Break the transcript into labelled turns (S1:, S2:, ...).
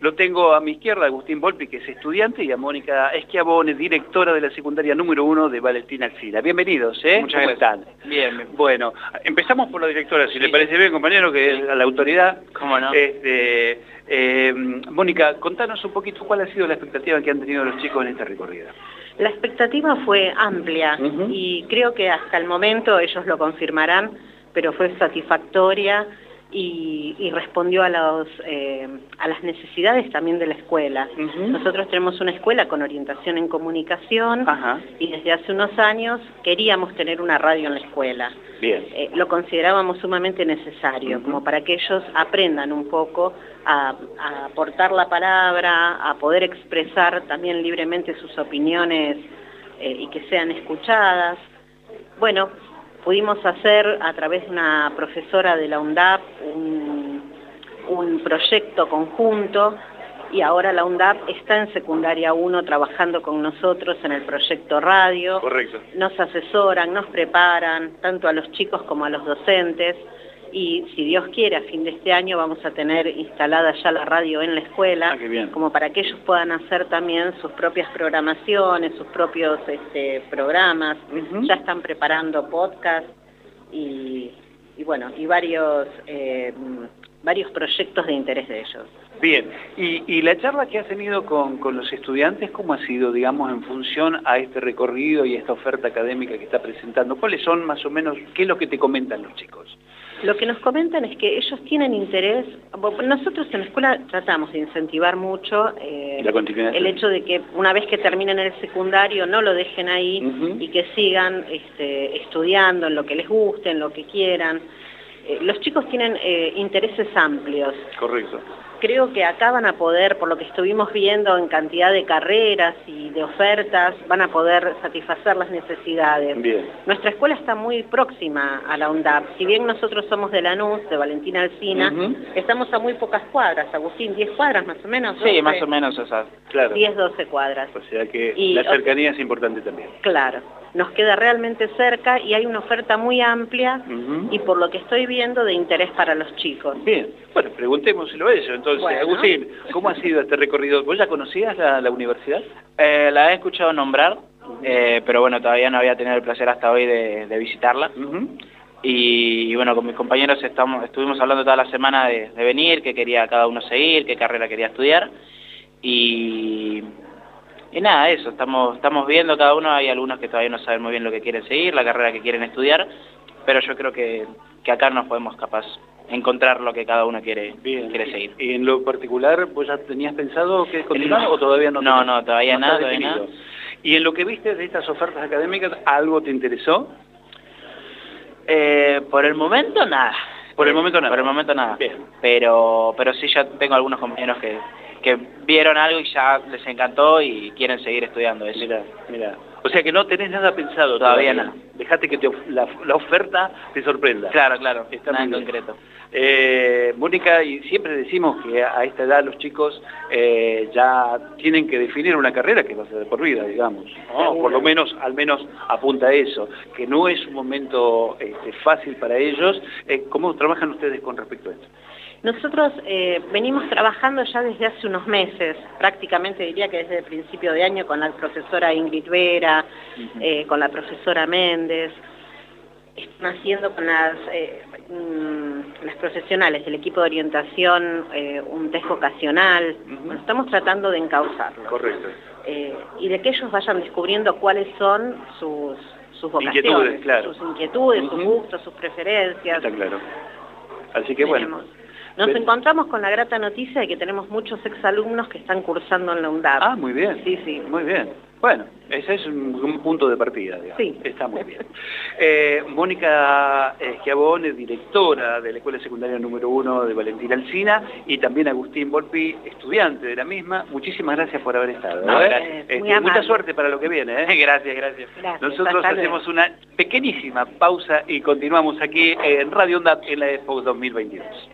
S1: Lo tengo a mi izquierda, Agustín Volpi, que es estudiante, y a Mónica Esquiabone, directora de la secundaria número uno de Valentina Axila. Bienvenidos, ¿eh?
S2: Muchas
S1: ¿Cómo
S2: gracias.
S1: están?
S2: Bien, bien.
S1: Bueno, empezamos por la directora, si
S2: Sí.
S1: le parece bien, compañero, que
S2: Sí.
S1: es a la autoridad.
S2: ¿Cómo no?
S1: Este, eh, Mónica, contanos un poquito cuál ha sido la expectativa que han tenido los chicos en esta recorrida.
S3: La expectativa fue amplia
S1: Ujú.
S3: y creo que hasta el momento ellos lo confirmarán, pero fue satisfactoria y, y respondió a, los, eh, a las necesidades también de la escuela.
S1: Ujú.
S3: Nosotros tenemos una escuela con orientación en comunicación
S1: Ajá,
S3: y desde hace unos años queríamos tener una radio en la escuela.
S1: bien.
S3: Eh, lo considerábamos sumamente necesario,
S1: Ujú.
S3: como para que ellos aprendan un poco a, a aportar la palabra, a poder expresar también libremente sus opiniones eh, y que sean escuchadas. Bueno, pudimos hacer a través de una profesora de la UNDAP un, un proyecto conjunto y ahora la UNDAP está en secundaria 1 trabajando con nosotros en el proyecto radio
S1: Correcto.
S3: nos asesoran, nos preparan, tanto a los chicos como a los docentes. Y si Dios quiere, a fin de este año vamos a tener instalada ya la radio en la escuela,
S1: Ah, qué bien.
S3: como para que ellos puedan hacer también sus propias programaciones, sus propios este, programas.
S1: Ujú.
S3: Ya están preparando podcast y, y bueno, y varios, eh, varios proyectos de interés de ellos.
S1: Bien, y, y la charla que has tenido con, con los estudiantes, ¿cómo ha sido, digamos, en función a este recorrido y a esta oferta académica que está presentando? ¿Cuáles son más o menos, qué es lo que te comentan los chicos?
S3: Lo que nos comentan es que ellos tienen interés, bo- nosotros en la escuela tratamos de incentivar mucho eh,
S1: La continuidad.
S3: el hecho de que una vez que terminen el secundario no lo dejen ahí
S1: Ujú.
S3: y que sigan este, estudiando en lo que les guste, en lo que quieran. Eh, los chicos tienen eh, intereses amplios.
S1: Correcto.
S3: Creo que acá van a poder, por lo que estuvimos viendo en cantidad de carreras y de ofertas, van a poder satisfacer las necesidades.
S1: Bien.
S3: Nuestra escuela está muy próxima a la UNDAP. Si bien nosotros somos de Lanús, de Valentina Alcina,
S1: Ujú.
S3: estamos a muy pocas cuadras, Agustín, 10 cuadras más o menos.
S2: Sí, más o menos, o sea,
S1: Claro. Pues-
S3: 10, 12 cuadras.
S1: O sea que
S3: Y-
S1: la cercanía es importante también.
S3: Claro, nos queda realmente cerca y hay una oferta muy amplia
S1: Ujú.
S3: y por lo que estoy viendo de interés para los chicos.
S1: Bien, bueno, preguntémoselo a ellos. Entonces,
S3: Bueno.
S1: Agustín, ¿cómo ha sido este recorrido? ¿Vos ya conocías la, la universidad?
S2: eh, la he escuchado nombrar, eh, pero bueno, todavía no había tenido el placer hasta hoy de, de visitarla.
S1: Ujú.
S2: Y, bueno, con mis compañeros estamos, estuvimos hablando toda la semana de, de venir, qué quería cada uno seguir, qué carrera quería estudiar. Y, y nada, eso, estamos, estamos viendo cada uno, hay algunos que todavía no saben muy bien lo que quieren seguir, la carrera que quieren estudiar, pero yo creo que, que acá nos podemos capaz encontrar lo que cada uno quiere, quiere seguir.
S1: ¿Y en lo particular, vos ya tenías pensado que continuar
S2: No.
S1: o todavía no?
S2: No,
S1: tenés?
S2: no, todavía
S1: está
S2: nada, todavía
S1: definido. ¿Y en lo que viste de estas ofertas académicas, algo te interesó?
S2: Eh, por el momento nada. Eh,
S1: Por el momento nada.
S2: Por el momento nada.
S1: Bien.
S2: Pero, pero sí ya tengo algunos compañeros que, que vieron algo y ya les encantó y quieren seguir estudiando eso.
S1: Mira, mira. O sea que no tenés nada pensado
S2: Todavía
S1: todavía.
S2: nada.
S1: Dejate que te of- la, la oferta te sorprenda.
S2: Claro, claro.
S1: Está
S2: nada en
S1: muy bien.
S2: concreto.
S1: Eh, Mónica, y siempre decimos que a a esta edad los chicos eh, ya tienen que definir una carrera que va a ser de por vida, digamos. ¿no?
S3: Seguro.
S1: Por lo menos, al menos apunta a eso, que no es un momento este, fácil para ellos. Eh, ¿Cómo trabajan ustedes con respecto a esto?
S3: Nosotros eh, venimos trabajando ya desde hace unos meses, prácticamente diría que desde el principio de año con la profesora Ingrid Vera, eh, con la profesora Méndez, están haciendo con las, eh, mm, las profesionales del equipo de orientación eh, un test vocacional,
S1: Ujú.
S3: Bueno, estamos tratando de encauzarlo.
S1: Correcto.
S3: eh, y de que ellos vayan descubriendo cuáles son sus, sus vocaciones,
S1: Inquietudes, claro.
S3: sus inquietudes, sus
S1: Ujú.
S3: gustos, sus preferencias.
S1: Está claro. Así que bueno.
S3: Veremos. Nos
S1: Ve-
S3: encontramos con la grata noticia de que tenemos muchos exalumnos que están cursando en la UNDAP.
S1: Ah, muy bien.
S3: Sí, sí.
S1: Muy bien. Bueno, ese es un, un punto de partida, digamos.
S3: Sí.
S1: Está muy bien. Eh, Mónica Esquiabone, directora de la Escuela Secundaria número 1 de Valentina Alcina, y también Agustín Volpi, estudiante de la misma. Muchísimas gracias por haber estado.
S2: No,
S1: ¿eh?
S2: gracias.
S3: Muy
S1: Este,
S3: amable.
S1: mucha suerte para lo que viene. ¿eh? Gracias, gracias.
S3: Gracias,
S1: Nosotros
S3: hasta luego.
S1: hacemos una pequeñísima pausa y continuamos aquí en Radio Onda en la Expo 2022.